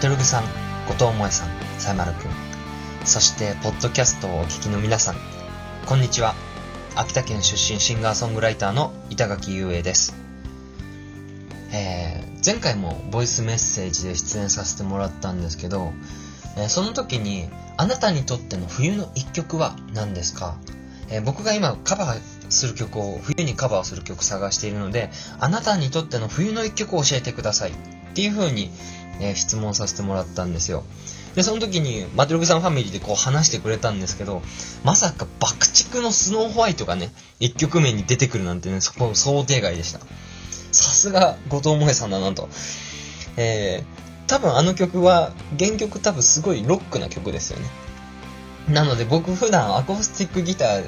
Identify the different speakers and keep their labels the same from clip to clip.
Speaker 1: トログさん、後藤萌さん、さやまるくん、そして、ポッドキャストをお聞きの皆さん、こんにちは。秋田県出身シンガーソングライターの板垣雄英です。えー前回もボイスメッセージで出演させてもらったんですけど、えーその時に、あなたにとっての冬の一曲は何ですか、えー僕が今カバーする曲を、冬にカバーする曲探しているので、あなたにとっての冬の一曲を教えてください。っていう風に、えー質問させてもらったんですよ。で、その時に、マトログさんファミリーでこう話してくれたんですけど、まさか爆竹のスノーホワイトがね、一曲目に出てくるなんてね、そこ想定外でした。さすが、後藤萌さんだなと。えー、多分あの曲は、原曲多分すごいロックな曲ですよね。なので僕普段アコースティックギター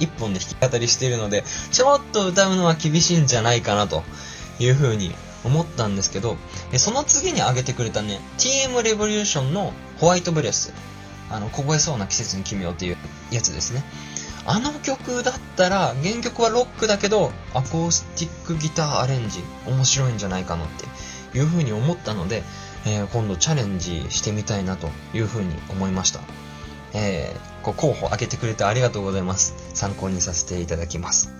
Speaker 1: 一本で弾き語りしているので、ちょっと歌うのは厳しいんじゃないかなというふうに思ったんですけど、えその次に挙げてくれたね、TM レボリューションのホワイトブレス。あの、凍えそうな季節に奇妙っていうやつですね。あの曲だったら、原曲はロックだけど、アコースティックギターアレンジ、面白いんじゃないかなっていうふうに思ったので、えー今度チャレンジしてみたいなというふうに思いました。えーこう候補挙げてくれてありがとうございます。参考にさせていただきます。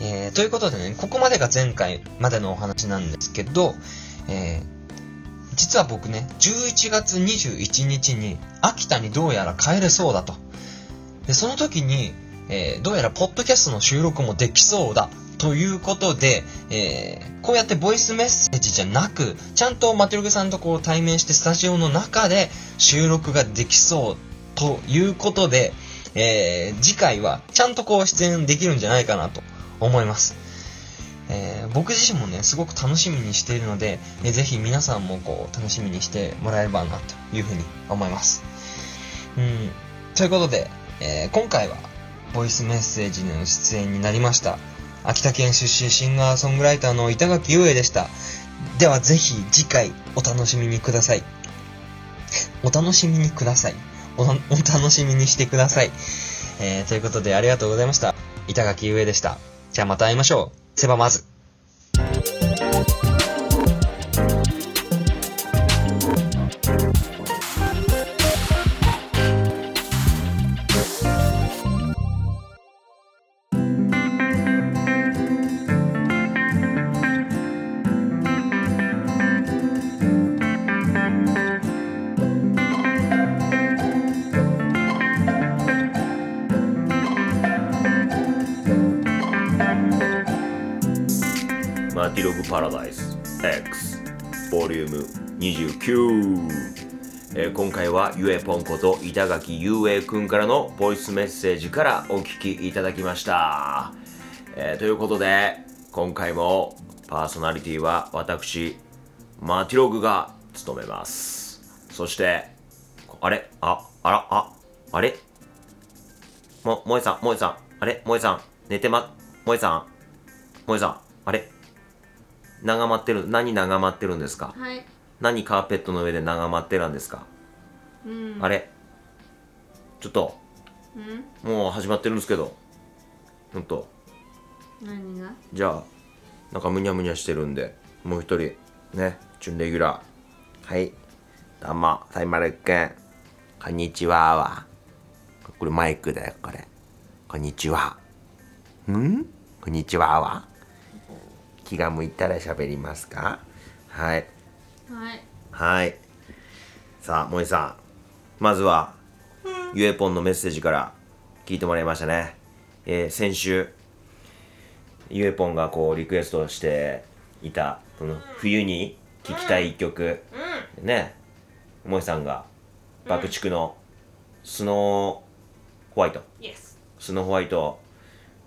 Speaker 1: えーということでね、ここまでが前回までのお話なんですけど、えー実は僕ね、11月21日に秋田にどうやら帰れそうだと。で、その時に、えーどうやらポッドキャストの収録もできそうだ。ということで、えーこうやってボイスメッセージじゃなく、ちゃんとマテルグさんとこう対面してスタジオの中で収録ができそうということで、えー次回はちゃんとこう出演できるんじゃないかなと思います。えー僕自身もね、すごく楽しみにしているので、えーぜひ皆さんもこう楽しみにしてもらえればなというふうに思います。うん、ということで、えー今回はボイスメッセージの出演になりました。秋田県出身シンガーソングライターの板垣雄英でした。ではぜひ次回お楽しみにください。お楽しみにください。おなお楽しみにしてください。えーということでありがとうございました。板垣雄英でした。じゃあまた会いましょう。せばまず。
Speaker 2: マティログパラダイス X ボリューム29、えー今回はゆえぽんこと板垣ゆえくんからのボイスメッセージからお聞きいただきました、えーということで今回もパーソナリティは私マティログが務めますそしてあれああらああれも萌えさん萌えさんあれ萌えさん寝てま萌えさん萌えさんあれ長まってる何長まってるんですか
Speaker 3: はい。
Speaker 2: 何カーペットの上で長まってるんですか、
Speaker 3: うん。
Speaker 2: あれちょっと
Speaker 3: うん。
Speaker 2: もう始まってるんですけどほんと
Speaker 3: 何が。
Speaker 2: じゃあなんかむにゃむにゃしてるんでもう一人ね準レギュラーはいどうもさいまるくんこんにちははこれマイクだよこれこんにちはんこんにちはは気が向いたら喋りますかはい
Speaker 3: はい。
Speaker 2: はい。さあ、森さん。まずは、ゆえぽんのメッセージから聞いてもらいましたね。えー先週、ゆえぽんがこう、リクエストしていた、その、冬に聴きたい一曲、ね、森さんが、爆竹の、スノーホワイト、
Speaker 3: Yes。
Speaker 2: スノーホワイト、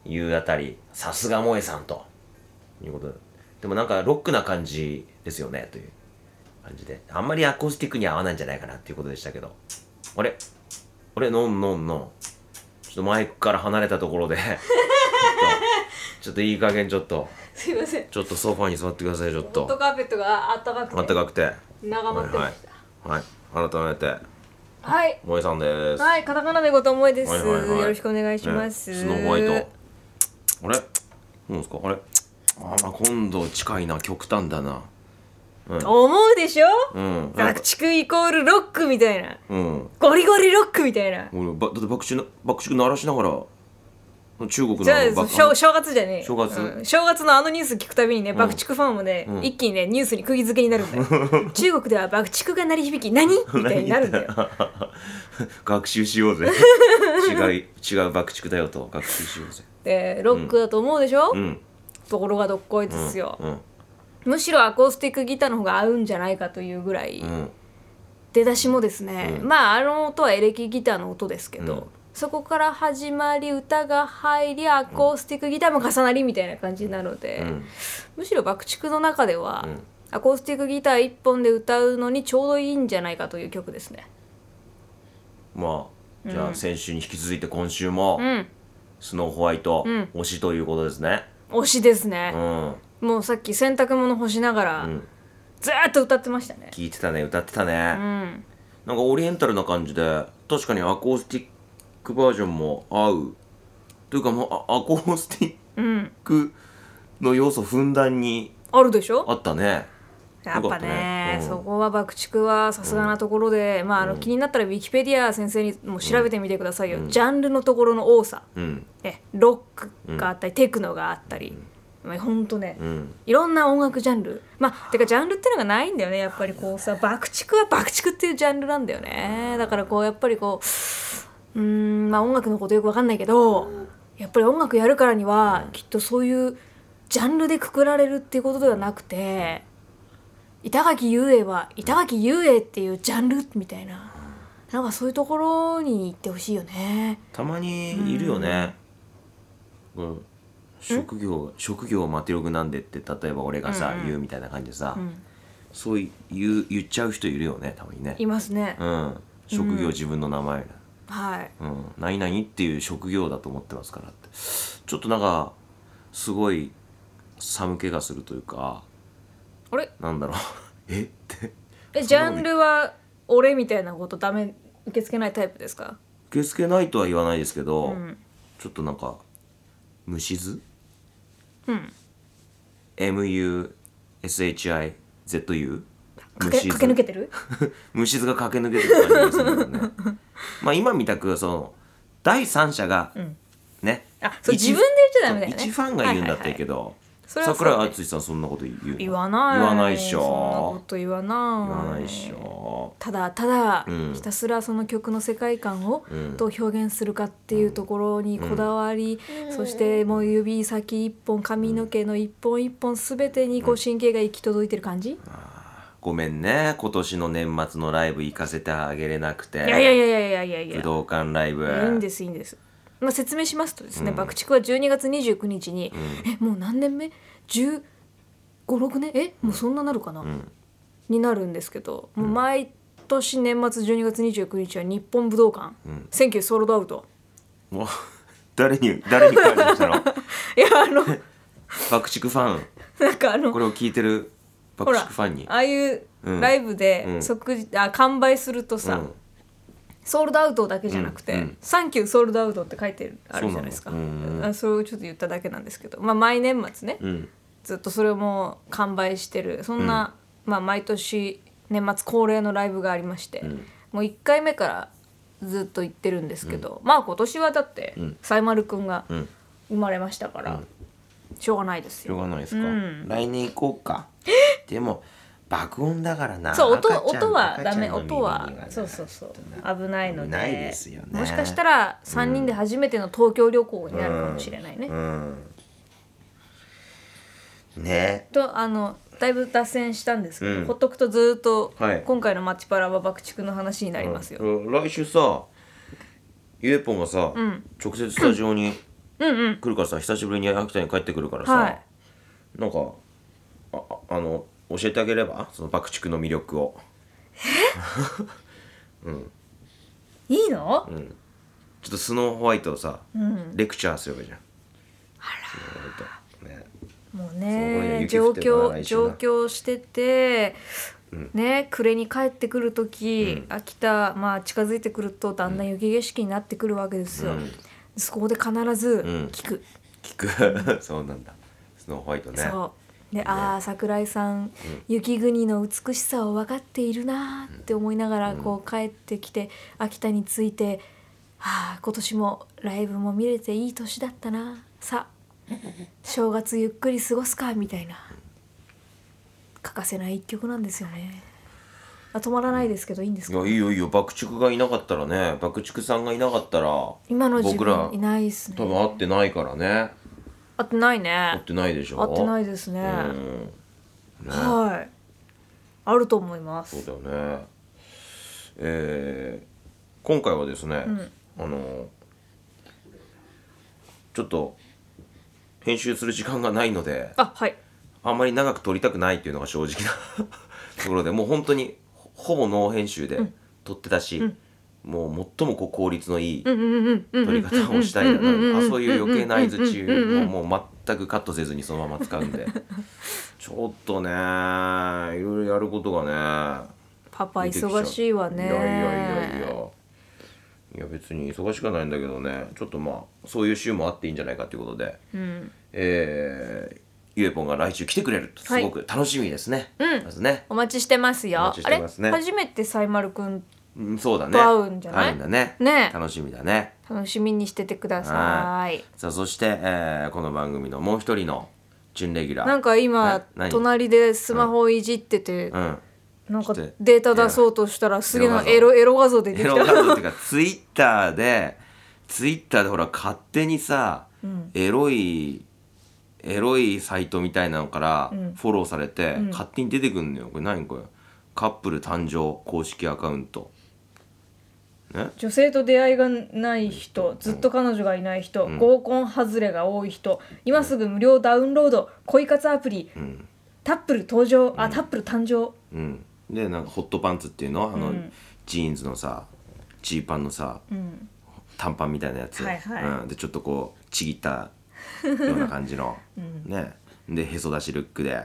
Speaker 2: いうあたり、さすが萌えさんと、いうことで。でもなんかロックな感じですよね、という感じで。あんまりアコースティックに合わないんじゃないかなっていうことでしたけど。あれあれノンノンノン。ちょっとマイクから離れたとこ ろで、ちょっとちょっといい加減ちょっと、
Speaker 3: すいません。
Speaker 2: ちょっとソファーに座ってください、ちょっ
Speaker 3: ホット
Speaker 2: と。
Speaker 3: カーペットがあったかくて。
Speaker 2: あったかくて。
Speaker 3: 長まってました。
Speaker 2: はい。はい、改めて、
Speaker 3: はい。
Speaker 2: 萌えさんです。
Speaker 3: はい、カタカナでごと思いです、
Speaker 2: はいはいはい
Speaker 3: よろしくお願いします。
Speaker 2: ねスノーホワイトあれなんですかあれあーまあ今度近いな極端だなうん
Speaker 3: 思うでしょ
Speaker 2: うんなん
Speaker 3: 爆
Speaker 2: か
Speaker 3: 竹イコールロックみたいな
Speaker 2: うん
Speaker 3: ゴリゴリロックみたいな
Speaker 2: 俺ばだって爆竹の爆竹鳴らしながら中国の
Speaker 3: じゃ
Speaker 2: あの
Speaker 3: あ
Speaker 2: 爆
Speaker 3: しょ正月じゃねえ
Speaker 2: 正月
Speaker 3: うん正月のあのニュース聞くたびにね爆竹ファンもね、
Speaker 2: うん
Speaker 3: 一気にねニュースに釘付けになるんだ よ中国では爆竹が鳴り響き何みたいになるんだよ
Speaker 2: 学習しようぜ 違う違う爆竹だよと学習しようぜ
Speaker 3: でロックだと思うでしょ、
Speaker 2: うん
Speaker 3: ところがどっこいで
Speaker 2: うん
Speaker 3: すよ、
Speaker 2: うん
Speaker 3: むしろアコースティックギターの方が合うんじゃないかというぐらい、
Speaker 2: うん
Speaker 3: 出だしもですね、
Speaker 2: うん
Speaker 3: まああの音はエレキギターの音ですけど、
Speaker 2: うん
Speaker 3: そこから始まり歌が入りアコースティックギターも重なりみたいな感じなので、
Speaker 2: うん
Speaker 3: むしろ爆竹の中では、
Speaker 2: うん
Speaker 3: アコースティックギター1本で歌うのにちょうどいいんじゃないかという曲ですね
Speaker 2: まあじゃあ先週に引き続いて今週も
Speaker 3: うん
Speaker 2: スノーホワイト
Speaker 3: うん
Speaker 2: 推しということですね
Speaker 3: 推しです
Speaker 2: う
Speaker 3: ね、
Speaker 2: ん
Speaker 3: もうさっき洗濯物干しながら、
Speaker 2: うん
Speaker 3: ずーっと歌ってましたね
Speaker 2: 聞いてたね歌ってた
Speaker 3: う
Speaker 2: ね
Speaker 3: ん
Speaker 2: なんかオリエンタルな感じで確かにアコースティックバージョンも合うというかもうあアコースティッ
Speaker 3: うん
Speaker 2: クの要素ふんだんに
Speaker 3: あるでしょ
Speaker 2: あったね
Speaker 3: やっぱね
Speaker 2: よかったねうん
Speaker 3: そこは爆竹はさすがなところで、まああの気になったらウィキペディア先生にも調べてみてくださいよ、ジャンルのところの多さ、
Speaker 2: うん
Speaker 3: ね、ロックがあったり、テクノがあったり、まあ、ほんとね、
Speaker 2: うん
Speaker 3: いろんな音楽ジャンルまあてかジャンルってのがないんだよねやっぱりこうさ爆竹は爆竹っていうジャンルなんだよねだからこうやっぱりこううーんまあ音楽のことよくわかんないけどやっぱり音楽やるからにはきっとそういうジャンルでくくられるっていうことではなくて板垣雄英は板垣雄英っていうジャンルみたいななんかそういうところに行ってほしいよね
Speaker 2: たまにいるよね、うん、職業職業をマテログなんでって例えば俺がさ、言うみたいな感じでさ、
Speaker 3: ん
Speaker 2: そうい言う言っちゃう人いるよねたまにね
Speaker 3: いますね
Speaker 2: うん職業自分の名前、
Speaker 3: はい
Speaker 2: うん何々っていう職業だと思ってますからってちょっとなんかすごい寒気がするというか
Speaker 3: あれ
Speaker 2: なんだろう えって
Speaker 3: えジャンルは俺みたいなことダメ受け付けないタイプですか
Speaker 2: 受け付けないとは言わないですけど、
Speaker 3: ん
Speaker 2: ちょっとなんか虫図
Speaker 3: うん
Speaker 2: MUSHIZU
Speaker 3: かけ
Speaker 2: 虫
Speaker 3: 駆け抜け
Speaker 2: 図
Speaker 3: てる
Speaker 2: 虫図が駆け抜けてる感じでする よねまあ今みたくその第三者が、ね
Speaker 3: あそう
Speaker 2: 一
Speaker 3: 自分で言っちゃダメだよね
Speaker 2: 一ファンが言うんだったらいいけど、
Speaker 3: それはそう
Speaker 2: 桜井敦さんそんなこと言うの
Speaker 3: 言わない
Speaker 2: 言わないっし
Speaker 3: そんなこ
Speaker 2: ょ
Speaker 3: と言わない
Speaker 2: 言わないっしょ
Speaker 3: ただただ、
Speaker 2: うん
Speaker 3: ひたすらその曲の世界観を
Speaker 2: うん
Speaker 3: どう表現するかっていうところにこだわり、そしてもう指先一本髪の毛の一本一本全てにこう神経が行き届いてる感じ、
Speaker 2: ごめんね今年の年末のライブ行かせてあげれなくて
Speaker 3: いやいやいやいやいやいやいや
Speaker 2: 武道館ライブ
Speaker 3: いいんですいいんです、まあ、説明しますとですね、爆竹は12月29日に、えもう何年目 ?1516 年えもうそんななるかな、
Speaker 2: ん
Speaker 3: になるんですけどもう毎年年末12月29日は日本武道館、
Speaker 2: ん
Speaker 3: 選挙ソールドアウト
Speaker 2: もう 誰に誰に感謝したの
Speaker 3: いや あの
Speaker 2: 爆竹ファン
Speaker 3: なんかあの
Speaker 2: これを聞いてる
Speaker 3: ほ
Speaker 2: 爆
Speaker 3: ら
Speaker 2: 竹ファンに
Speaker 3: ああいう
Speaker 2: うん
Speaker 3: ライブ
Speaker 2: う
Speaker 3: で
Speaker 2: ん
Speaker 3: 即時、あ完売するとさ、
Speaker 2: うん
Speaker 3: ソールドアウトだけじゃなくて
Speaker 2: う
Speaker 3: 「
Speaker 2: んうん
Speaker 3: サンキューソールドアウト」って書いてあるじゃないですか
Speaker 2: そうなのうんうん
Speaker 3: あそれをちょっと言っただけなんですけど、まあ、毎年末ね、
Speaker 2: うん
Speaker 3: ずっとそれも完売してるそんな、まあ、毎年年末恒例のライブがありまして、
Speaker 2: ん
Speaker 3: もう1回目からずっと行ってるんですけど、まあ今年はだって
Speaker 2: ん
Speaker 3: 才丸くんが
Speaker 2: うん
Speaker 3: 生まれましたから、しょうがないです
Speaker 2: しょう
Speaker 3: よ。
Speaker 2: がないですか、
Speaker 3: うん
Speaker 2: 来年行こうかでも爆音だからな
Speaker 3: そう音
Speaker 2: 赤ちゃん
Speaker 3: 音は
Speaker 2: 赤ちゃ
Speaker 3: ダ
Speaker 2: んの
Speaker 3: メ音は
Speaker 2: 耳にね
Speaker 3: そうそうそう危ないので
Speaker 2: ないですよね
Speaker 3: もしかしたら3人で初めての東京旅行になるかもしれないね。
Speaker 2: うんね
Speaker 3: とあのだいぶ脱線したんですけど、
Speaker 2: うん
Speaker 3: ほっとくとずーっと、
Speaker 2: はい
Speaker 3: 今回の「マッチパラ」は爆竹の話になりますよ。
Speaker 2: うん来週さゆえぽんがさ、
Speaker 3: ん
Speaker 2: 直接スタジオに
Speaker 3: うんうん
Speaker 2: 来るからさ久しぶりに秋田に帰ってくるからさ、
Speaker 3: はい
Speaker 2: なんかあああの教えてあげればその爆竹の魅力を
Speaker 3: いいの、
Speaker 2: ちょっとスノーホワイトをさ、
Speaker 3: ん
Speaker 2: レクチャーすればいいじゃんあらね
Speaker 3: もう
Speaker 2: そう今夜
Speaker 3: ね
Speaker 2: 雪降
Speaker 3: 上
Speaker 2: ってるから
Speaker 3: 京
Speaker 2: 来週
Speaker 3: 上
Speaker 2: だ
Speaker 3: 京してて、ね暮れに帰ってくる時、秋田、まあ、近づいてくるとだんだん雪景色になってくるわけですよ、そこで必ず
Speaker 2: ん
Speaker 3: 聞く、
Speaker 2: 聞くそうなんだスノーホワイトね
Speaker 3: そうでああ桜井さん雪国の美しさを分かっているなーって思いながらこう帰ってきて秋田に着いてああ今年もライブも見れていい年だったなさあ正月ゆっくり過ごすかみたいな欠かせない一曲なんですよねあ止まらないですけどいいんです
Speaker 2: い
Speaker 3: か
Speaker 2: やいいよいいよ爆竹がいなかったらね爆竹さんがいなかったら
Speaker 3: 今の自
Speaker 2: 僕ら
Speaker 3: 分いないですね
Speaker 2: 多分会ってないからね
Speaker 3: 合ってない
Speaker 2: 会っ
Speaker 3: ね
Speaker 2: てないでしょ
Speaker 3: 合ってないいですね
Speaker 2: うんね
Speaker 3: はいあると思います
Speaker 2: そうだよねえー今回はですね、あのちょっと編集する時間がないので
Speaker 3: あはい
Speaker 2: あんまり長く撮りたくないっていうのが正直なところでもう本当にほほぼノー編集で撮ってたし、もう最もこう効率のいい撮り方をしたいなあそういう余計な相づちももう全くカットせずにそのまま使うんでちょっとねいろいろやることがね
Speaker 3: パパ忙しいわね
Speaker 2: いやいやいやいやいや別に忙しくはないんだけどねちょっとまあそういう週もあっていいんじゃないかということで、えーゆえぽんが来週来てくれると
Speaker 3: は
Speaker 2: す
Speaker 3: い
Speaker 2: ごく楽しみですね、まずね
Speaker 3: お待ちしてますよ
Speaker 2: お待ちしてますね
Speaker 3: あれ初めてサイマルくん
Speaker 2: うんそうだね
Speaker 3: と会うんじゃない
Speaker 2: 会うんだね
Speaker 3: ね
Speaker 2: 楽しみだね
Speaker 3: 楽しみにしててくださ
Speaker 2: はいさあそして、えーこの番組のもう一人の準レギュラー
Speaker 3: なんか今
Speaker 2: な何
Speaker 3: 隣でスマホをいじってて、
Speaker 2: うん
Speaker 3: なんか
Speaker 2: ちょっと
Speaker 3: データ出そうとしたらすげえな
Speaker 2: エ
Speaker 3: エ
Speaker 2: ロ
Speaker 3: ロエロ画像で
Speaker 2: エ
Speaker 3: 出てき
Speaker 2: ロ
Speaker 3: た
Speaker 2: 画像っていうかツイッターでツイッターでほら勝手にさ、エロいエロいサイトみたいなのからフォローされて、勝手に出てくんのよこれ何これカップル誕生公式アカウント
Speaker 4: 女性と出会いがない人ずっと彼女がいない人、合コン外れが多い人今すぐ無料ダウンロード恋活アプリ、タップル登場あタップル誕生
Speaker 2: うんでなんかホットパンツっていうのあの、ジーンズのさジーパンのさ、短パンみたいなやつ、
Speaker 4: はいはい
Speaker 2: うん、でちょっとこうちぎったような感じの、 ねでへそ出しルックで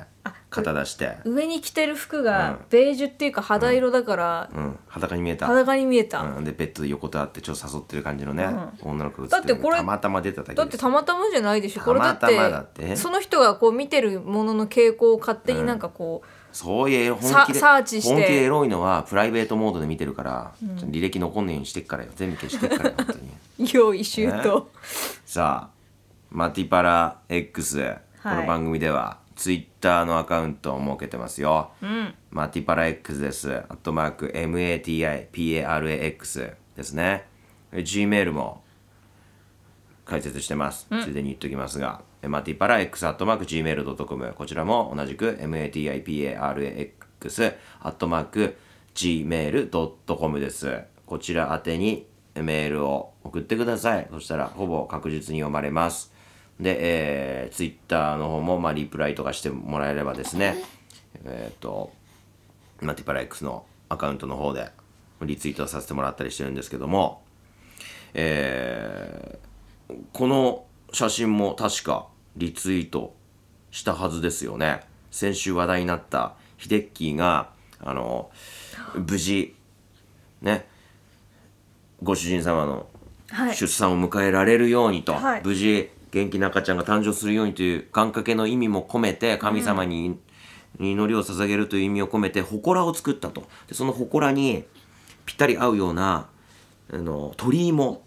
Speaker 2: 肩出して、
Speaker 3: 上に着てる服がベージュっていうか肌色だから
Speaker 2: うん、裸に見えた
Speaker 3: 裸に見えた、
Speaker 2: うん、でベッドで横たわってちょっと誘ってる感じのね、女の子が映
Speaker 3: だってこれ
Speaker 2: たまたま出ただけ
Speaker 3: だってたまたまじゃないでしょこれだって
Speaker 2: たまたまだって
Speaker 3: その人がこう見てるものの傾向を勝手になんかこ
Speaker 2: そういう本
Speaker 3: さ
Speaker 2: 気で
Speaker 3: サーチして
Speaker 2: 本気でエロいのはプライベートモードで見てるから、ちょっと履歴残んないようにしてっからよ全部消してっからよ本当に
Speaker 3: う 用意周到、
Speaker 2: さあマティパラ X、この番組ではツイッターのアカウントを設けてますよ、マティパラ X ですアットマーク MATIPARAX ですね Gmail も解説してます。ついでに言っときますが、えマティパラ x アットマーク gmail.com こちらも同じく matiparax アットマーク gmail.com です。こちら宛てにメールを送ってください。そしたらほぼ確実に読まれます。で、えー、Twitter の方も、まあ、リプライとかしてもらえればですね、えっ、と、マティパラ X のアカウントの方でリツイートさせてもらったりしてるんですけども、えーこの写真も確かリツイートしたはずですよね。先週話題になったヒデッキーが、あの、無事、ね、ご主人様の
Speaker 4: はい
Speaker 2: 出産を迎えられるようにと、
Speaker 4: はい
Speaker 2: 無事元気な赤ちゃんが誕生するようにという願掛けの意味も込めて神様に祈りを捧げるという意味を込めて祠を作ったとでその祠にぴったり合うようなあの鳥居も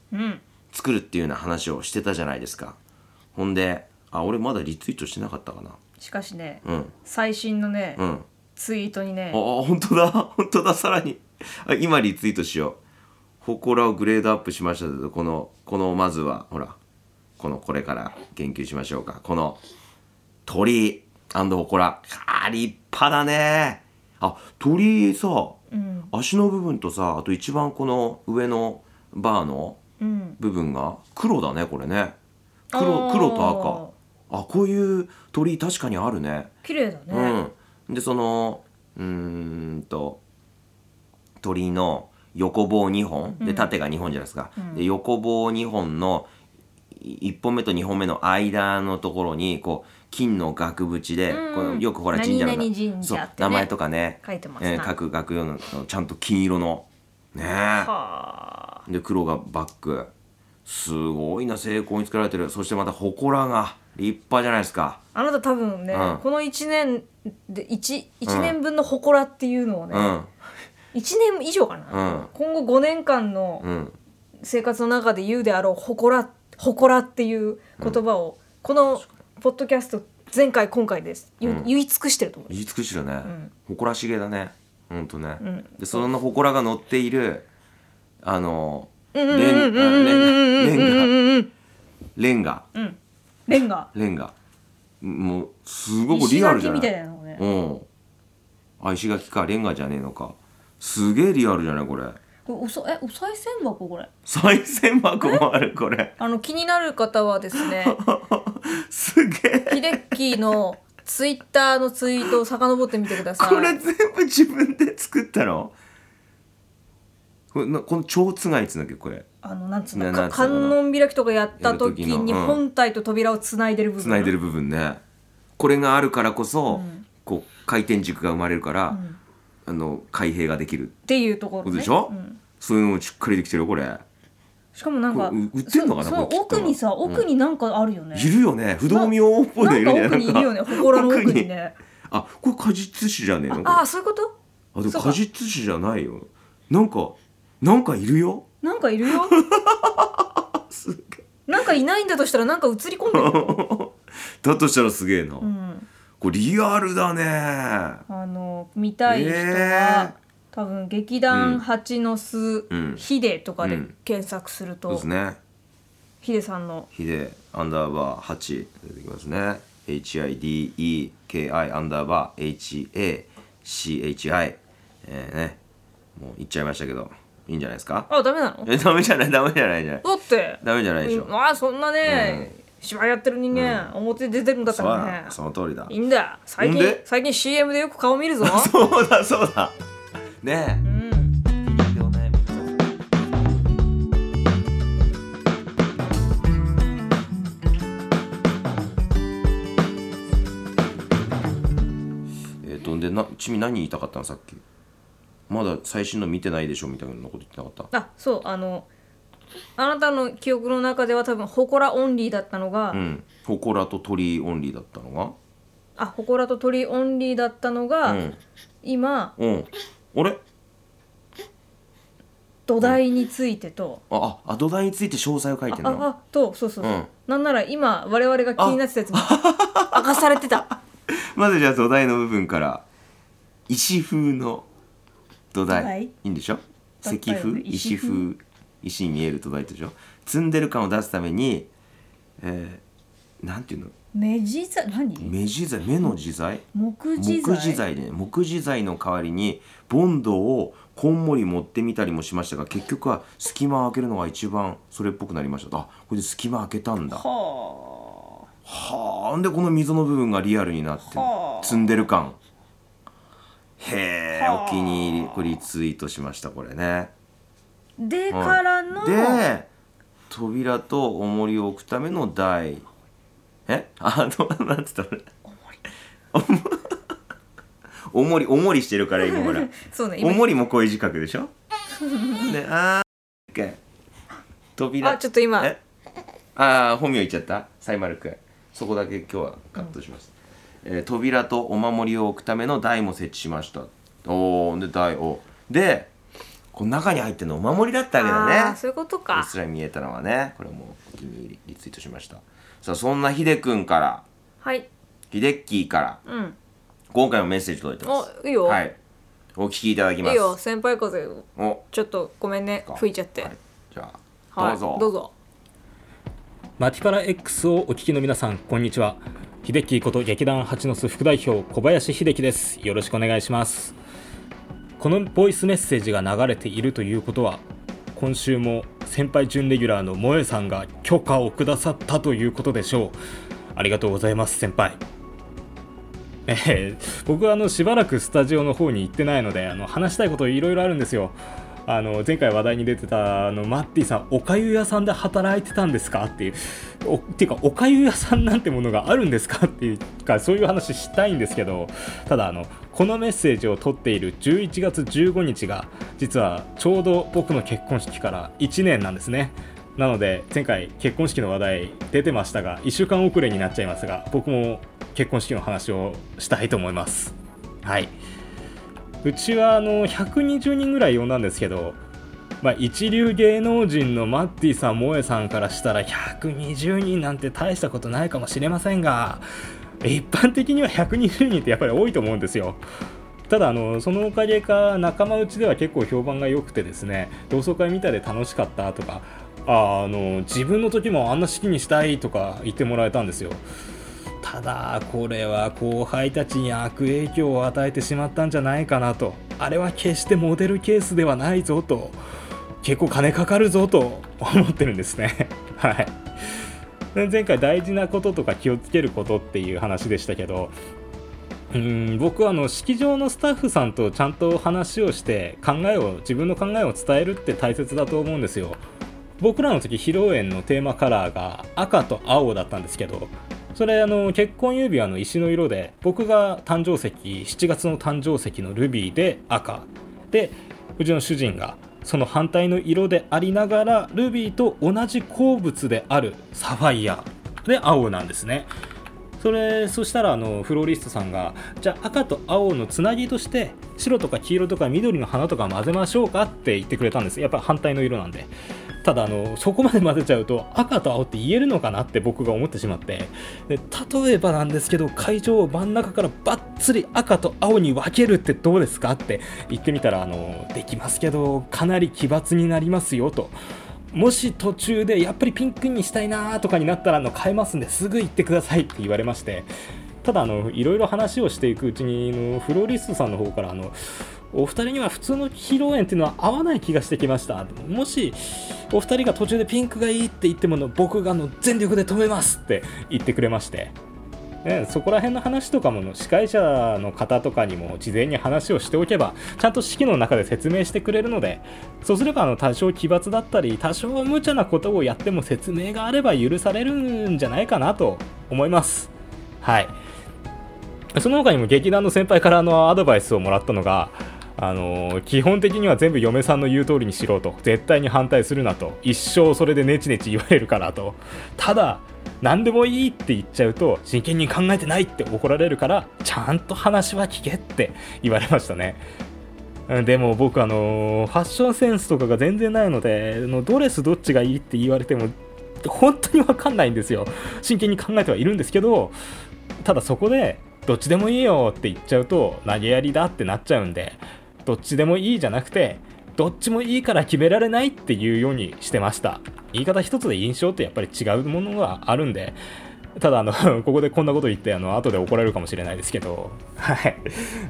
Speaker 2: 作るっていうような話をしてたじゃないですかほんであ俺まだリツイートしてなかったかな
Speaker 4: しかしね、
Speaker 2: うん
Speaker 4: 最新のね、
Speaker 2: うん
Speaker 4: ツイートにね
Speaker 2: ああ本当だ 本当ださらにあ今リツイートしよう祠をグレードアップしましたけどこのこのまずはほらこのこれから研究しましょうかこの鳥居祠あー立派だねあ鳥居さ、足の部分とさあと一番この上のバーの部分が黒だねこれね黒
Speaker 4: あー
Speaker 2: 黒と赤あこういう鳥居確かにあるね
Speaker 4: 綺麗だね、
Speaker 2: うん、でそのうーんと鳥の横棒2本で縦が2本じゃないですか、で横棒2本の1本目と2本目の間のところにこう金の額縁で、このよくほら神社の
Speaker 4: 何々神社ってね
Speaker 2: そう名前とかね
Speaker 4: 書いてますな
Speaker 2: えー書く書くようなちゃんと金色のねえ
Speaker 4: はあ
Speaker 2: で黒がバックすごいな精巧に作られてるそしてまた祠が立派じゃないですか
Speaker 3: あなた多分ね、
Speaker 2: うん
Speaker 3: この1年で 1, 1年分の祠っていうのをね、
Speaker 2: うん
Speaker 3: 1年以上か
Speaker 2: う
Speaker 3: な、
Speaker 2: ん
Speaker 3: 今後5年間の
Speaker 2: うん
Speaker 3: 生活の中で言うであろう祠祠っていう言葉を、このポッドキャスト前回今回です、ゆ
Speaker 2: うん
Speaker 3: 言い尽くしてると思う
Speaker 2: 言い尽くしてるね、
Speaker 3: ん
Speaker 2: 誇らしげだねほんとね、
Speaker 3: ん
Speaker 2: でその祠が乗っているあのレン
Speaker 3: うんうんうんうんうんうんう
Speaker 2: レ
Speaker 3: ん
Speaker 2: ン
Speaker 3: うんうん
Speaker 2: レンガ
Speaker 3: うんレンガ
Speaker 2: レンガもうすごくリアルじゃない
Speaker 3: 石垣みたいなのね
Speaker 2: うんあ石垣かレンガじゃねえのかすげえリアルじゃないこれ
Speaker 3: これおそえお賽銭箱これ
Speaker 2: 再銭箱もあるこれ
Speaker 3: あの気になる方はですね
Speaker 2: すげえ
Speaker 3: ヒデッキーのツイッターのツイートを遡ってみてください
Speaker 2: これ全部自分で作ったのこれなこの蝶つがいっつうんだっけこれ
Speaker 3: あのなんつう
Speaker 2: な
Speaker 3: の
Speaker 2: な
Speaker 3: か
Speaker 2: んつうの
Speaker 3: 観音開きとかやった
Speaker 2: やる
Speaker 3: 時
Speaker 2: 時の
Speaker 3: に
Speaker 2: うん
Speaker 3: 本体と扉をつないでる部分
Speaker 2: つないでる部分ねこれがあるからこそ、こう回転軸が生まれるから、
Speaker 3: ん
Speaker 2: あの開閉ができる
Speaker 3: っていうところ、
Speaker 2: こ
Speaker 3: ね、
Speaker 2: とでしょ、
Speaker 3: うん
Speaker 2: そういうのもしっかりできてるよこれ
Speaker 3: しかもなんか
Speaker 2: これう売ってんのかな
Speaker 3: そ
Speaker 2: これ
Speaker 3: そ
Speaker 2: き
Speaker 3: う
Speaker 2: っと
Speaker 3: 奥にさ
Speaker 2: うん
Speaker 3: 奥になんかあるよね、
Speaker 2: いるよね不動明王っぽいのいるね
Speaker 3: なんか奥にいるよね
Speaker 2: なんか
Speaker 3: 祠の奥にね
Speaker 2: あこれ果実酒じゃねえのこれ
Speaker 3: あ
Speaker 2: あ
Speaker 3: あそういうこと
Speaker 2: で
Speaker 3: そ
Speaker 2: も
Speaker 3: う
Speaker 2: 果
Speaker 3: か
Speaker 2: 実酒じゃないよなんかなんかいるよ
Speaker 3: なんかいるよなんかいないんだとしたらなんか映り込んでる よ、
Speaker 2: だとしたらすげえな、
Speaker 3: うん、
Speaker 2: これリアルだね
Speaker 3: あの見たい人は、
Speaker 2: ええ
Speaker 3: 多分劇団蜂の巣
Speaker 2: うん
Speaker 3: ヒデとか
Speaker 2: う
Speaker 3: で
Speaker 2: ん
Speaker 3: 検索する
Speaker 2: そうで
Speaker 3: と
Speaker 2: すね
Speaker 3: ヒデさんの
Speaker 2: ヒデアンダーバー8出てきますね HIDEKI アンダーバー HACHI えー、ねもう言っちゃいましたけどいいんじゃないですか
Speaker 3: あダメなのだ
Speaker 2: えダメじゃないダメじゃないじゃない
Speaker 3: って
Speaker 2: ダメじゃないでしょ
Speaker 3: ああそんなね、芝居やってる人間、表に出てるんだった
Speaker 2: そう
Speaker 3: ら
Speaker 2: だ
Speaker 3: ね
Speaker 2: その通りだ
Speaker 3: いいんだ最
Speaker 2: ほん
Speaker 3: 近
Speaker 2: で
Speaker 3: 最近 CM でよく顔見るぞ、
Speaker 2: そうだそうだね
Speaker 3: うん
Speaker 2: え気に入ってお悩みのえっ、とでなちみ何言いたかったのさっきまだ最新の見てないでしょみたいなこと言ってなかった
Speaker 3: あそうあのあなたの記憶の中では多分祠オンリーだったのが、
Speaker 2: うん祠と鳥オンリーだったの
Speaker 3: あ祠と鳥オンリーだったの
Speaker 2: が
Speaker 3: が、
Speaker 2: うん
Speaker 3: 今
Speaker 2: うんあれ
Speaker 3: 土台についてと、
Speaker 2: ああアドダイについて詳細を書いてん
Speaker 3: あ
Speaker 2: の
Speaker 3: あとそうそうそう、
Speaker 2: うん
Speaker 3: なんなら今我々が気になってたやつも明かされてた
Speaker 2: まずじゃあ土台の部分から石風の土台
Speaker 3: 土台
Speaker 2: いいんでしょ
Speaker 3: だ
Speaker 2: 石
Speaker 3: ったよね
Speaker 2: 風石
Speaker 3: 石風
Speaker 2: 風石に見える土台でしょ積んでる感を出すために、えー、なんていうの
Speaker 3: 目地材何
Speaker 2: 目自在目の自在
Speaker 3: 木地
Speaker 2: 木
Speaker 3: 材
Speaker 2: 自在ね木自在の代わりにボンドをこんもり持ってみたりもしましたが結局は隙間を開けるのが一番それっぽくなりましたあこれで隙間開けたんだ
Speaker 3: は
Speaker 2: はあんでこの溝の部分がリアルになってる
Speaker 3: はあ
Speaker 2: 積んでる感へえ
Speaker 3: はあ
Speaker 2: お気に入りこれリツイートしましたこれね
Speaker 3: あ
Speaker 2: う
Speaker 3: で
Speaker 2: ん
Speaker 3: からの、
Speaker 2: で扉と重りを置くための台え あどうなんて言ったの重り重り重りしてるから今ほら
Speaker 3: そうね 今
Speaker 2: 重りもこういう字書くでしょねあー OK 扉
Speaker 3: あちょっと今
Speaker 2: えああ本名言っちゃったサイマル君そこだけ今日はカットします、えー扉とお守りを置くための台も設置しましたおおで台をでこの中に入ってるのお守りだったわけ
Speaker 3: あ
Speaker 2: だ
Speaker 3: ー
Speaker 2: ね
Speaker 3: そういうこと
Speaker 2: うっ
Speaker 3: か
Speaker 2: すら見えたのはねこれもお気に入りリツイートしましたさあそんなヒデ君から
Speaker 3: はい
Speaker 2: ヒデッキーから
Speaker 3: うん
Speaker 2: 今回もメッセージ届いてます
Speaker 3: おいいよ、
Speaker 2: はいお聞きいただき
Speaker 3: い
Speaker 2: ま
Speaker 3: い
Speaker 2: す
Speaker 3: よ先輩風
Speaker 2: お
Speaker 3: ちょっとごめんね
Speaker 2: か
Speaker 3: 吹いちゃって、
Speaker 2: はいじゃあ、
Speaker 3: はい
Speaker 2: どうぞ
Speaker 3: どうぞ
Speaker 5: マティカラ X をお聞きの皆さんこんにちは秀樹こと劇団八の巣副代表小林秀樹ですよろしくお願いしますこのボイスメッセージが流れているということは今週も先輩準レギュラーの萌えさんが許可をくださったということでしょうありがとうございます先輩えー僕はあのしばらくスタジオの方に行ってないのであの話したいこといろいろあるんですよあの前回話題に出てたあのマッティさんおかゆ屋さんで働いてたんですかっていうおっていうかおかゆ屋さんなんてものがあるんですかっていうかそういう話したいんですけどただあのこのメッセージを取っている11月15日が実はちょうど僕の結婚式から1年なんですねなので前回結婚式の話題出てましたが1週間遅れになっちゃいますが僕も結婚式の話をしたいと思いますはいうちはあの120人ぐらい呼んだんですけど、まあ、一流芸能人のマッティさん萌えさんからしたら120人なんて大したことないかもしれませんが一般的には120人ってやっぱり多いと思うんですよただあのそのおかげか仲間内では結構評判が良くてですね同窓会見たで楽しかったとかああの自分の時もあんな式にしたいとか言ってもらえたんですよただこれは後輩たちに悪影響を与えてしまったんじゃないかなとあれは決してモデルケースではないぞと結構金かかるぞと 思ってるんですね はいで前回大事なこととか気をつけることっていう話でしたけどうーん僕はあの式場のスタッフさんとちゃんと話をして考えを自分の考えを伝えるって大切だと思うんですよ僕らの時披露宴のテーマカラーが赤と青だったんですけどそれあの結婚指輪の石の色で僕が誕生石7月の誕生石のルビーで赤でうちの主人がその反対の色でありながらルビーと同じ鉱物であるサファイアで青なんですねそれそしたらあのフローリストさんがじゃあ赤と青のつなぎとして白とか黄色とか緑の花とか混ぜましょうかって言ってくれたんですやっぱ反対の色なんでただあのそこまで混ぜちゃうと赤と青って言えるのかなって僕が思ってしまってで例えばなんですけど会場を真ん中からバッツリ赤と青に分けるってどうですかって言ってみたらあのできますけどかなり奇抜になりますよと。もし途中でやっぱりピンクにしたいなーとかになったらあの変えますんですぐ行ってくださいって言われましてただあのいろいろ話をしていくうちにあのフローリストさんの方からあのお二人には普通の披露宴っていうのは合わない気がしてきましたもしお二人が途中でピンクがいいって言ってもの僕があの全力で止めますって言ってくれましてね、そこら辺の話とかも司会者の方とかにも事前に話をしておけばちゃんと式の中で説明してくれるのでそうすればあの多少奇抜だったり多少無茶なことをやっても説明があれば許されるんじゃないかなと思いますはいその他にも劇団の先輩からあのアドバイスをもらったのがあの基本的には全部嫁さんの言う通りにしろと絶対に反対するなと一生それでネチネチ言われるからとただ何でもいいって言っちゃうと真剣に考えてないって怒られるからちゃんと話は聞けって言われましたねうんでも僕あのーファッションセンスとかが全然ないのであのドレスどっちがいいって言われても本当に分かんないんですよ真剣に考えてはいるんですけどただそこでどっちでもいいよって言っちゃうと投げやりだってなっちゃうんでどっちでもいいじゃなくてどっちもいいから決められないっていうようにしてました言い方一つで印象ってやっぱり違うものがあるんでただあの ここでこんなこと言ってあの後で怒られるかもしれないですけどはい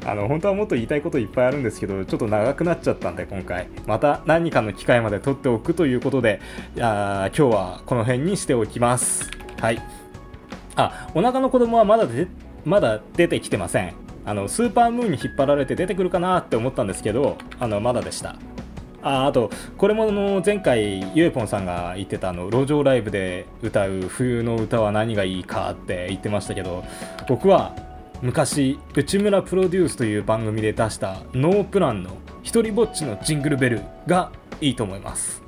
Speaker 5: あの本当はもっと言いたいこといっぱいあるんですけどちょっと長くなっちゃったんで今回また何かの機会まで取っておくということであー今日はこの辺にしておきますはいあお腹の子供はまだでまだ出てきてませんあのスーパームーンに引っ張られて出てくるかなって思ったんですけどあのまだでしたああとこれもあの前回ゆえぽんさんが言ってたあの路上ライブで歌う「冬の歌は何がいいか」って言ってましたけど僕は昔内村プロデュースという番組で出した「ノープラン」の「一人ぼっちのジングルベル」がいいと思います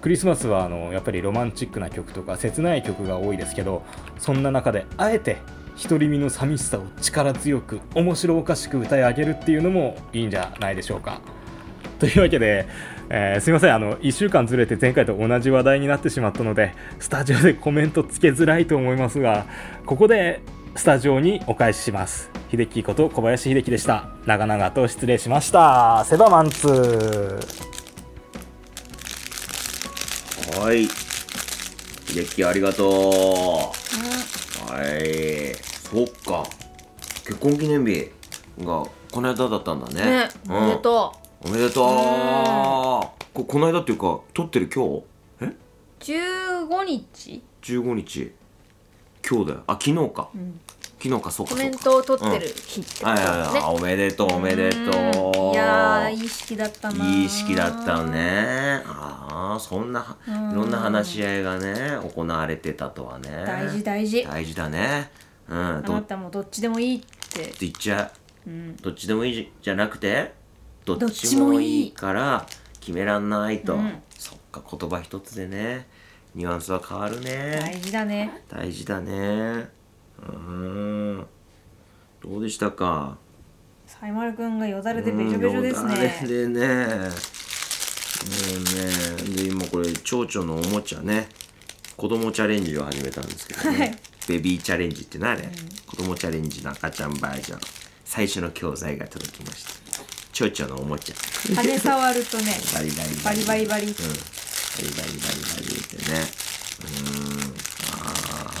Speaker 5: クリスマスはあのやっぱりロマンチックな曲とか切ない曲が多いですけどそんな中であえて独り身の寂しさを力強く面白おかしく歌い上げるっていうのもいいんじゃないでしょうかというわけで、えーすいませんあの1週間ずれて前回と同じ話題になってしまったのでスタジオでコメントつけづらいと思いますがここでスタジオにお返しします秀樹こと小林秀樹でした長々と失礼しましたセバマンツー
Speaker 2: はい。デッキありがとう。はい。そっか。結婚記念日がこの間だったんだね。
Speaker 4: ね、
Speaker 2: うん
Speaker 4: おめでとう
Speaker 2: おめでとう。ここの間っていうか、撮ってる今日え
Speaker 4: 15日
Speaker 2: ?15 日。今日だよ。あ、昨日か。昨日か、そうか、
Speaker 4: コ
Speaker 2: そ
Speaker 4: メ
Speaker 2: う
Speaker 4: ン
Speaker 2: か。
Speaker 4: トを取ってる日ってこと
Speaker 2: はいはい
Speaker 4: です
Speaker 2: はい
Speaker 4: ね
Speaker 2: あ。おめでとう、おめでとう。
Speaker 4: いやーいい式だったないい
Speaker 2: い式だったね。ああ、そんな、いろんな話し合いがね、行われてたとはね。
Speaker 4: 大事大事
Speaker 2: 大事だね。うん、
Speaker 4: あ
Speaker 2: ど
Speaker 4: な
Speaker 2: っち
Speaker 4: たもどっちでもいいって
Speaker 2: 言っちゃう、どっちでもいいじじゃなくて、どっ
Speaker 4: どっ
Speaker 2: ち
Speaker 4: ち
Speaker 2: も
Speaker 4: も
Speaker 2: い
Speaker 4: い
Speaker 2: い
Speaker 4: い
Speaker 2: から決めらんないと。
Speaker 4: うん
Speaker 2: そっか、言葉一つでね、ニュアンスは変わる
Speaker 3: 大
Speaker 2: ね
Speaker 3: 事だね
Speaker 2: 大事だねうーんどうでしたか
Speaker 3: サイマルくんがよだれでべちょべちょです
Speaker 2: うんよだれ
Speaker 3: ね
Speaker 2: でねもうねで今これ蝶々のおもちゃね子供チャレンジを始めたんですけどね、
Speaker 3: はい
Speaker 2: ベビーチャレンジってなあれ、子供チャレンジの赤ちゃんバージョン最初の教材が届きました蝶々のおもちゃ
Speaker 3: 羽触るとね
Speaker 2: バリバリ
Speaker 3: バリバリバ
Speaker 2: うん、バリバリバリ
Speaker 3: リ
Speaker 2: バリってねうーんあーあー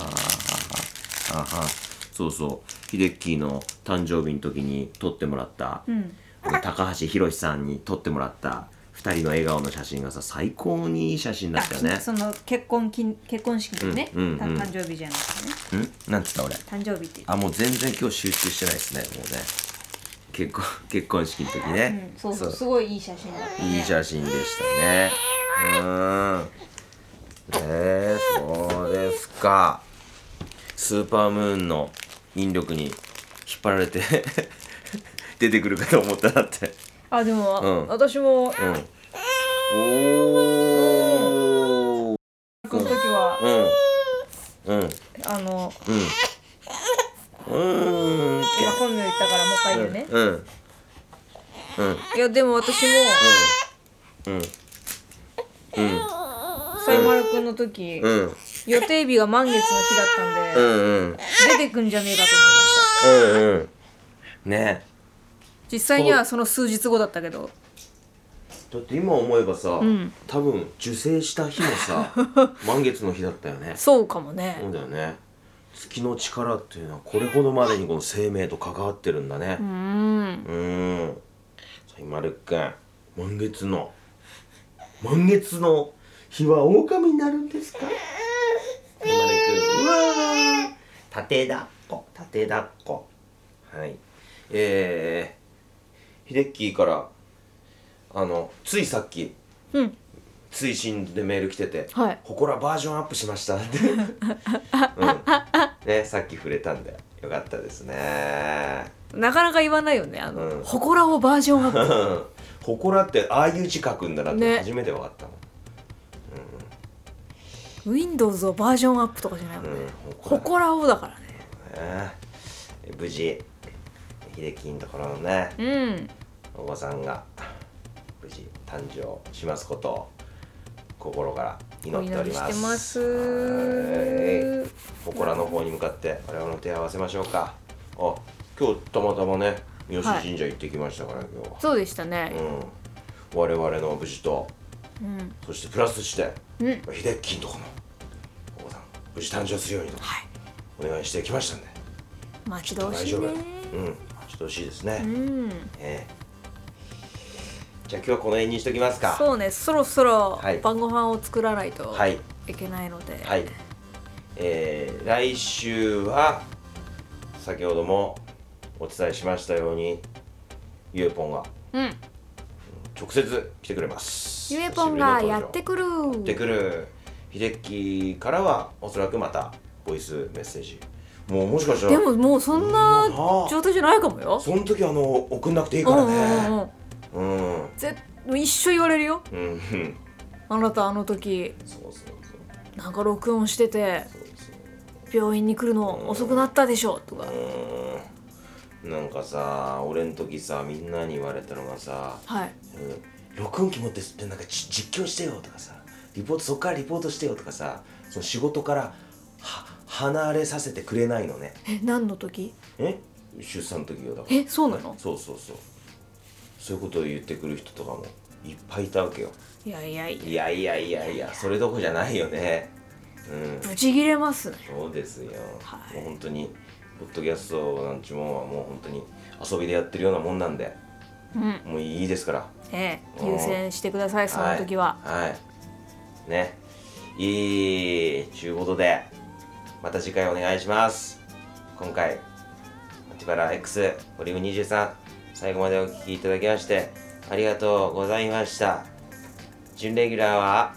Speaker 2: あーあーあーそうそうヒデッキーの誕生日の時に撮ってもらった、
Speaker 3: ん
Speaker 2: あの高橋宏さんに撮ってもらった2人の笑顔の写真がさ最高にいい写真だったよね
Speaker 3: あその結婚金結婚式でね、
Speaker 2: うんうんうん
Speaker 3: た誕生日じゃなくてね
Speaker 2: うんなんつった俺
Speaker 3: 誕生日って
Speaker 2: あもう全然今日集中してないですねもうね結婚結婚式の時
Speaker 3: 言って、
Speaker 2: ね
Speaker 3: うん、、そうそうすごいいい写真だったね
Speaker 2: いい写真でしたね。うーん。えー、そうですか。スーパームーンの引力に引っ張られて 出てくるかと思ったなって。
Speaker 3: あでも、
Speaker 2: うん
Speaker 3: 私も
Speaker 2: うん。おー。
Speaker 3: その時は
Speaker 2: うん。うん。うん。
Speaker 3: あの
Speaker 2: うーん。
Speaker 3: 今本名言ったからもう一回言うね、
Speaker 2: うん。うん。
Speaker 3: いやでも私も
Speaker 2: うん。
Speaker 3: サイマルくんの時、
Speaker 2: うん。
Speaker 3: 予定日が満月の日だったん
Speaker 2: う
Speaker 3: で、
Speaker 2: ん。うん。
Speaker 3: 出てくんじゃねえかと思いました
Speaker 2: うん。うん。ねえ。
Speaker 3: 実際にはその数日後だったけど
Speaker 2: だって今思えばさ、
Speaker 3: ん
Speaker 2: 多分受精した日も さ満月の日だったよね
Speaker 3: そうかもね
Speaker 2: そうだよね月の力っていうのはこれほどまでにこの生命と関わってるんだね
Speaker 3: うーん
Speaker 2: うーんさあ今るくん満月の満月の日は狼になるんですか今るくんうわー縦だっこ縦だっこはいえー、ヒデッキーからあのついさっき
Speaker 3: うん
Speaker 2: 追伸でメール来てて
Speaker 3: はい
Speaker 2: ほこらバージョンアップしました」っ て、うんね、さっき触れたんでよかったですね
Speaker 3: なかなか言わないよねあの、
Speaker 2: うん
Speaker 3: 祠をバージョンアップ
Speaker 2: うんほこらってああいう字書くんだなって
Speaker 3: ね
Speaker 2: 初めて分かったもん、
Speaker 3: Windows をバージョンアップとかじゃないもんね、
Speaker 2: うんほこ
Speaker 3: 祠をだからね
Speaker 2: らね無事秀樹のところのね
Speaker 3: うん
Speaker 2: お子さんが無事誕生しますことを心から祈っております
Speaker 3: してます
Speaker 2: はい祠の方に向かって我々の手を合わせましょうかあ今日たまたまね三好神社行ってきましたから、今日は
Speaker 3: そうでしたね
Speaker 2: うん、我々の無事と
Speaker 3: うん
Speaker 2: そしてプラスして、
Speaker 3: うん
Speaker 2: 秀樹んとこのお子さん無事誕生するようにと、
Speaker 3: はい
Speaker 2: お願いしてきましたんで
Speaker 3: 待ち遠
Speaker 2: 大
Speaker 3: しい
Speaker 2: 丈夫
Speaker 3: ね
Speaker 2: うんちょっと欲しいですね、
Speaker 3: うん
Speaker 2: ええじゃあ今日はこの辺にしときますか
Speaker 3: そうねそろそろ
Speaker 2: はい
Speaker 3: 晩ご飯を作らないと
Speaker 2: はい
Speaker 3: いけないので、
Speaker 2: はい、えー来週は先ほどもお伝えしましたようにゆえぽんが
Speaker 3: うん
Speaker 2: 直接来てくれます
Speaker 6: ゆえぽんがやって
Speaker 2: く
Speaker 6: くる
Speaker 2: るってくる秀樹からはおそらくまたボイスメッセージもうもしかしたら
Speaker 3: でももうそん
Speaker 2: うん
Speaker 3: な
Speaker 2: なあ
Speaker 3: 状態じゃないかもよ
Speaker 2: その時あの送んなくていい
Speaker 3: うん
Speaker 2: から
Speaker 3: うんうんう
Speaker 2: ね
Speaker 3: ん
Speaker 2: うんうん
Speaker 3: ぜ一生言われるよ
Speaker 2: うん
Speaker 3: あなたあの時
Speaker 2: そうそうそう
Speaker 3: なんか録音してて
Speaker 2: そうそう
Speaker 3: 病院に来るの遅くなったでしょとか
Speaker 2: うんなんかさ俺ん時さみんなに言われたのがさ
Speaker 3: はい
Speaker 2: うん録音機持ってってなんかじ実況してよとかさリポートそっからリポートしてよとかさその仕事からは離れさせてくれないのね
Speaker 3: え何の時
Speaker 2: え出産の時よだから
Speaker 3: えそうなの
Speaker 2: そうそうそうそういうことを言ってくる人とかもいっぱいいたわけよ
Speaker 3: いやいやいや
Speaker 2: いやいやいやいやそれどこじゃないよねうん
Speaker 3: ブチギレますね
Speaker 2: そうですよ、
Speaker 3: はい
Speaker 2: もう本当にポッドキャストなんちゅうもんはもう本当に遊びでやってるようなもんなんで
Speaker 3: うん
Speaker 2: もういいですから
Speaker 3: ええ
Speaker 2: うん
Speaker 3: 優先してくださいその時は、
Speaker 2: い、はいねいいちゅうことでまた次回お願いします今回「マチバラ X ボリューム23」最後までお聴きいただきましてありがとうございました準レギュラーは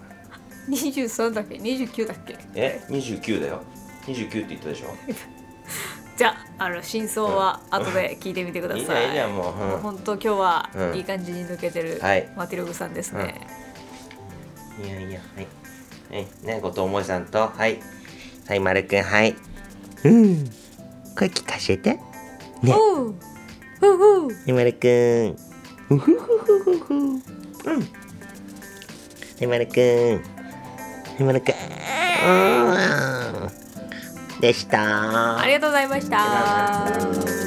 Speaker 3: 23だっけ29だっけ
Speaker 2: え29だよ29って言ったでしょ
Speaker 3: じゃああの真相は後で聞いてみてくだ
Speaker 2: いいじゃ
Speaker 3: さ
Speaker 2: んいい
Speaker 3: い
Speaker 2: じゃんもう、うん
Speaker 3: もう本当今日は
Speaker 2: うん
Speaker 3: いい感じに抜けてる
Speaker 2: はい
Speaker 3: マティログさんですね、
Speaker 2: いやいやはいえね後藤萌さんとはいはい丸くんはいうん声聞かせてね
Speaker 3: おうおうおう
Speaker 2: ねまるくんうふふふふふうんねまるくんねまるくんうんでした
Speaker 3: ありがとうございました。